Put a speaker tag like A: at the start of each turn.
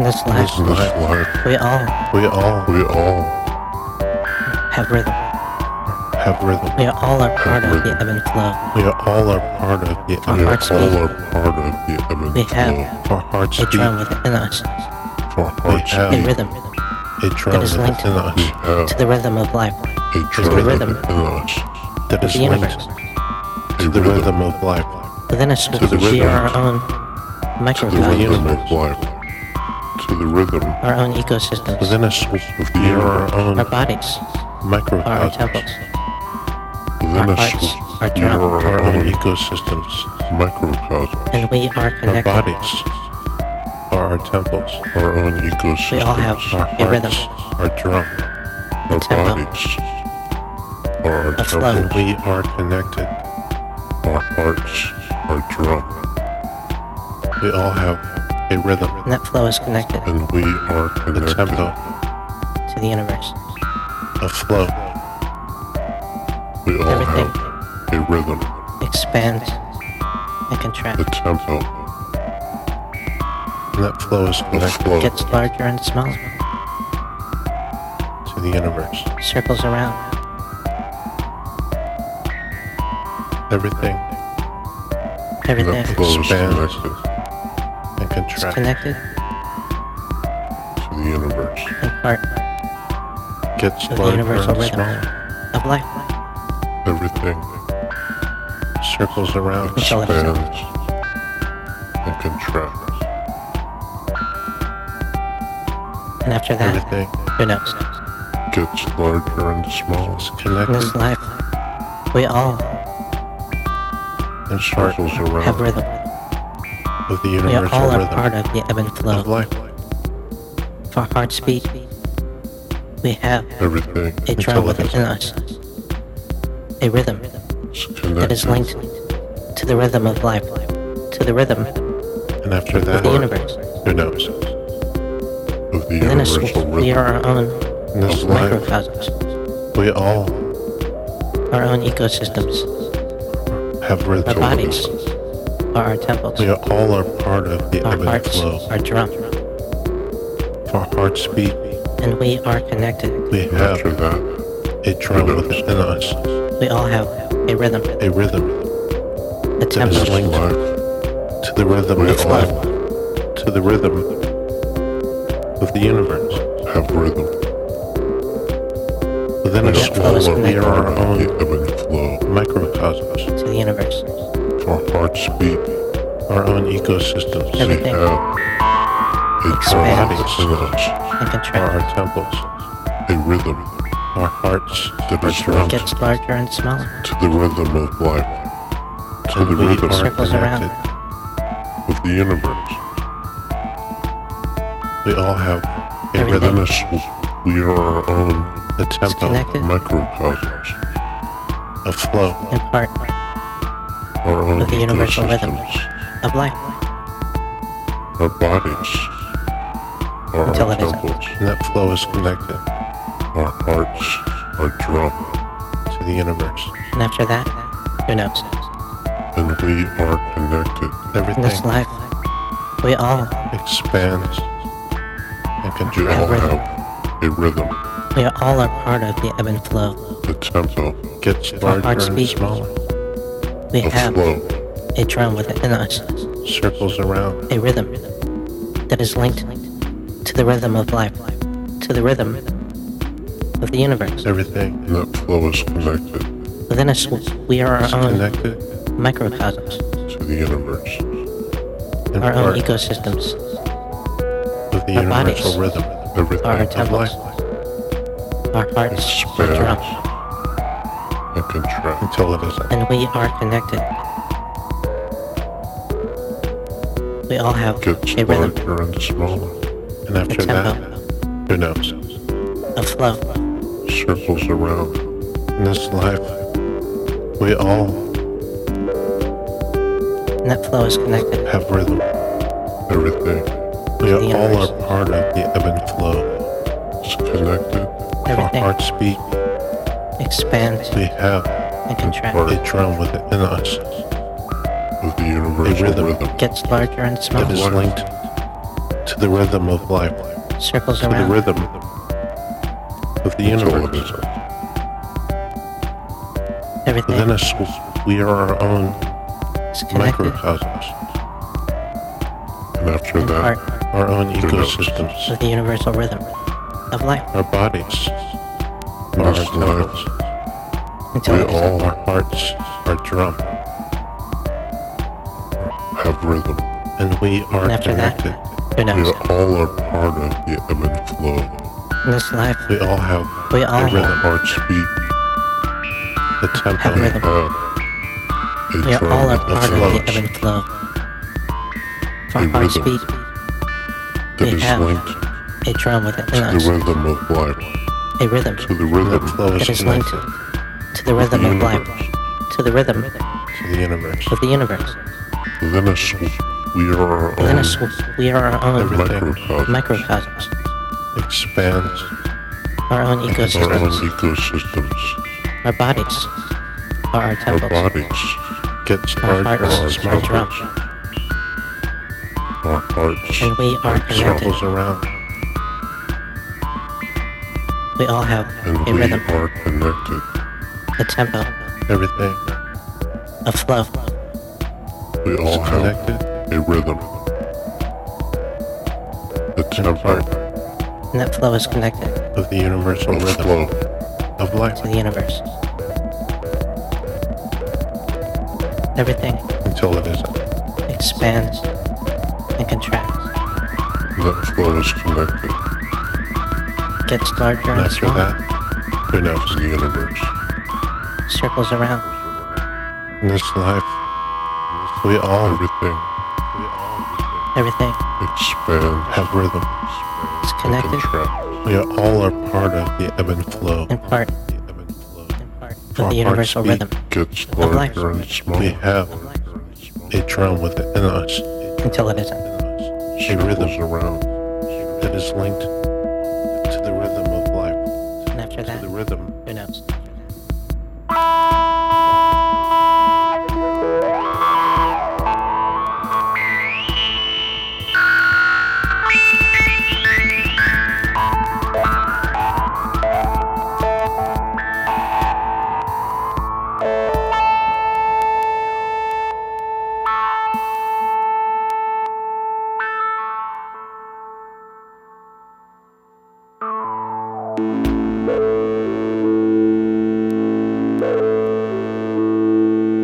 A: This
B: This,
A: life,
B: this life,
A: we all
B: we all, we all
A: have rhythm.
B: have rhythm.
A: We all are part of the ebb and flow.
B: We all are part of the
A: Our
B: ebb and
A: hearts
B: flow.
A: beat.
B: all are part of the ebb and
A: We have
B: flow. Our hearts
A: A
B: beat,
A: drum within us,
B: our hearts
C: have
A: a
B: beat,
A: rhythm
C: a drum
A: that is
C: within
A: linked
C: us
B: we have
A: to the rhythm of life,
B: a drum
A: rhythm.
B: within us,
C: that
A: of
C: is
A: the
C: linked
A: universe.
B: a
C: to the
B: rhythm,
C: rhythm of life.
A: Within us, we
B: To the
A: are our
B: rhythm.
A: own
B: the
A: microcosm,
B: rhythm
C: universe.
B: of life, to the rhythm
A: our own ecosystems,
C: Within us,
B: the
C: we are our own
A: our bodies, are our temples,
C: microcosms,
B: within
A: our
B: us,
A: hearts, our
B: we
A: drum.
B: are
C: our
B: our
C: own
B: own
C: ecosystems,
B: microcosm,
A: and we are
C: our
A: connected.
C: bodies are our temples,
B: our own ecosystem.
A: We all have
C: our
A: a rhythm,
C: hearts our drum,
B: our
A: tempo.
B: bodies, our
A: A flow.
C: and
B: temples,
C: we are connected.
B: our hearts, our drum,
C: We all have a rhythm,
A: and that flow is connected
B: and we are
C: a tempo,
B: connected.
A: to the universe.
C: a flow.
B: We all
A: Everything
B: have a rhythm,
A: expands and
B: a
A: contracts,
B: tempo,
C: And that flow is
B: a
C: connected
B: flow.
A: gets larger and smaller,
C: to the universe.
A: circles around.
C: Everything
A: Everything
B: That flow is
C: expands.
B: connected
C: and
A: is
C: contract
A: connected
B: to the universe.
A: and part
C: gets
A: of the
C: larger
A: universal
C: and
A: rhythm
C: smaller,
A: of life.
B: Everything
C: circles around,
A: It's all about-
B: expands and contracts.
A: And after that,
C: everything
A: who knows?
B: gets larger and smaller,
C: is
A: In this
C: connected
A: life, we all
C: and part
B: circles
A: have
B: around,
A: rhythm.
C: of the
A: We
C: universal
A: all are
C: rhythm
A: part of the ebb and
C: of
A: flow.
C: life.
A: For heart's beat, we have
B: everything
A: a drum
C: Intelligence.
A: within us, a rhythm
B: is
A: that is linked
B: connected.
A: to the rhythm of life, to the rhythm
C: And after
A: of the
C: that,
A: universe.
C: who knows?
B: Of the
A: Within us,
B: universal
A: we are
B: rhythm,
A: our own
C: In this
B: Of life.
C: life,
A: microcosms,
C: we all
A: our own ecosystems,
C: have
A: our
C: rhythm.
A: bodies, are our temples,
C: We all are part of the
A: our
C: ebb and
A: hearts,
C: flow.
A: our drum,
C: Our hearts beat.
A: and we are connected.
C: We
B: and after
C: have
B: that,
C: a drum within us,
A: We all have a rhythm,
C: a rhythm
A: a
C: that
A: tempo.
C: is
B: this
C: linked
B: life,
C: to the rhythm
B: We
C: of
B: all-
C: life, to the rhythm of the universe.
B: have rhythm.
C: Within us,
A: That flow is
C: we are our
B: The
C: own
B: ebb and flow,
C: microcosms,
A: to the universe.
B: our hearts beat,
C: our own ecosystems.
B: we
A: Everything.
B: have a drum
A: Expands.
B: within us,
A: And
C: are
A: contract
C: our temples,
B: a rhythm
C: our hearts,
B: that
C: our
B: is
C: drums,
B: linked
A: gets larger and smaller.
B: to the rhythm of life, to the
C: and we
B: rhythm
C: are
A: Circles around.
C: connected.
B: of the universe.
C: We all have a
A: Everything.
C: rhythm,
B: Within us, we are our own
C: a tempo,
A: connected.
B: microcosms,
C: a flow,
A: And part
B: our own
A: Of the universal rhythm.
B: ecosystems.
A: of life.
B: our bodies, our
A: Intelligence.
B: temples,
C: and that flow is connected
B: our hearts, our drum,
C: to the universe.
A: And after that, who knows?
B: and we are connected.
A: In this
C: Everything
A: life, we all
C: expands and
B: We all
C: contracts,
A: rhythm.
B: have a rhythm,
A: we all are part of the ebb and flow.
B: a tempo,
C: gets
A: Our hearts
C: larger and
A: beat.
C: smaller,
A: We
B: a
A: have
B: flow.
A: a drum within us,
C: circles around,
A: a rhythm that is linked to the rhythm of life, to the rhythm of the universe.
C: everything
B: And that flow is connected
A: Within us, we are
C: is
A: our own
C: connected
A: microcosms,
B: to the universe.
C: and
A: our
C: part
A: own ecosystems,
C: of the
A: our bodies
C: universal rhythm
A: our
B: Everything
C: of
A: temples,
C: life.
A: our hearts, our drum,
B: expands and contracts.
C: Until it is
A: and we are connected. We all have
B: Gets
A: a rhythm,
B: larger and smaller,
C: and
A: a
C: after that,
A: tempo,
C: who knows?
A: a flow.
B: circles around,
C: In this life, we all
A: And that flow is connected
C: have rhythm.
B: everything
C: We
A: the
C: all
A: universe.
C: are part of the ebb and flow.
B: is connected.
A: Everything.
C: Our hearts beat.
A: expands
C: We have
A: and contracts,
C: a drum within us
B: Of the universal
C: rhythm.
B: rhythm.
A: gets larger and
C: that is
A: smaller.
C: linked to the rhythm of life,
A: circles
C: to the
A: around,
C: rhythm of the
B: That's all it
C: universe.
B: is.
A: everything
C: Within us, we are our own
A: is connected.
C: microcosmos,
B: And after
A: and
B: that,
A: part
C: our own ecosystems,
A: of the universal rhythm of life.
C: our bodies, our
B: That's life.
C: temples,
A: Until
B: we
A: it is
B: all
C: our hearts, our drum,
B: have rhythm.
C: and we are
A: And after that,
C: connected.
A: who
B: We
A: knows?
B: all are part of the ebb and flow.
A: In this life,
C: We all have
A: we all
B: Our
C: Rhythm.
B: hearts beat.
C: the
A: have
C: tempo
A: rhythm.
B: We have a
A: We are
B: drum.
A: all a
C: That's
A: part of the
C: love.
A: ebb and flow. From
B: Hey,
A: our
B: rhythm.
A: speed,
B: that
A: we
B: is
A: have
B: linked
A: a drum within
B: to the
A: us,
B: rhythm of life,
A: a rhythm
B: to the
C: that
B: rhythm of
C: flows
A: that is linked
C: connected
A: to the
B: the
A: rhythm of life,
B: universe.
A: to the rhythm
C: to the universe.
A: of the universe.
B: Within us, we are our
A: Within
B: own
A: us, we are our own
C: Everything.
B: microcosm,
A: microcosmos,
C: Expands
A: our own
B: our own
A: ecosystems,
B: ecosystems,
A: our bodies, are our
B: our
A: temples,
B: bodies,
C: gets
A: our
C: larger and
A: hearts, our
C: smaller,
A: drum,
B: our hearts,
A: and we are connected.
C: circles around.
A: We all have
B: and
A: a
B: we
A: rhythm,
B: are connected.
A: a tempo,
C: Everything
A: a flow.
B: We
C: is
B: all have
C: connected.
B: a rhythm. The tempo
C: part
A: And that flow is connected
C: of the universal
B: of
C: rhythm
B: flow,
C: of life
A: to the universe. Everything
C: until it isn't.
A: expands and contracts,
B: that flow is connected
A: gets larger
C: And
A: and
C: after
A: smaller,
C: that, who
B: to
C: knows?
B: the universe.
A: circles around.
C: In this life, we all
B: Everything
A: Everything
B: expands
C: have rhythm.
A: is
B: and
A: connected
B: contracts.
C: We are all are part of the ebb and flow.
A: in part,
C: The ebb and flow.
A: in part of
C: Our
A: the universal
C: hearts beat.
A: rhythm
B: Gets
A: life.
B: larger and
C: We
B: smaller.
C: have
A: of life
C: a drum within us,
A: until it isn't.
C: a
B: circles
C: rhythm
B: around.
C: that is linked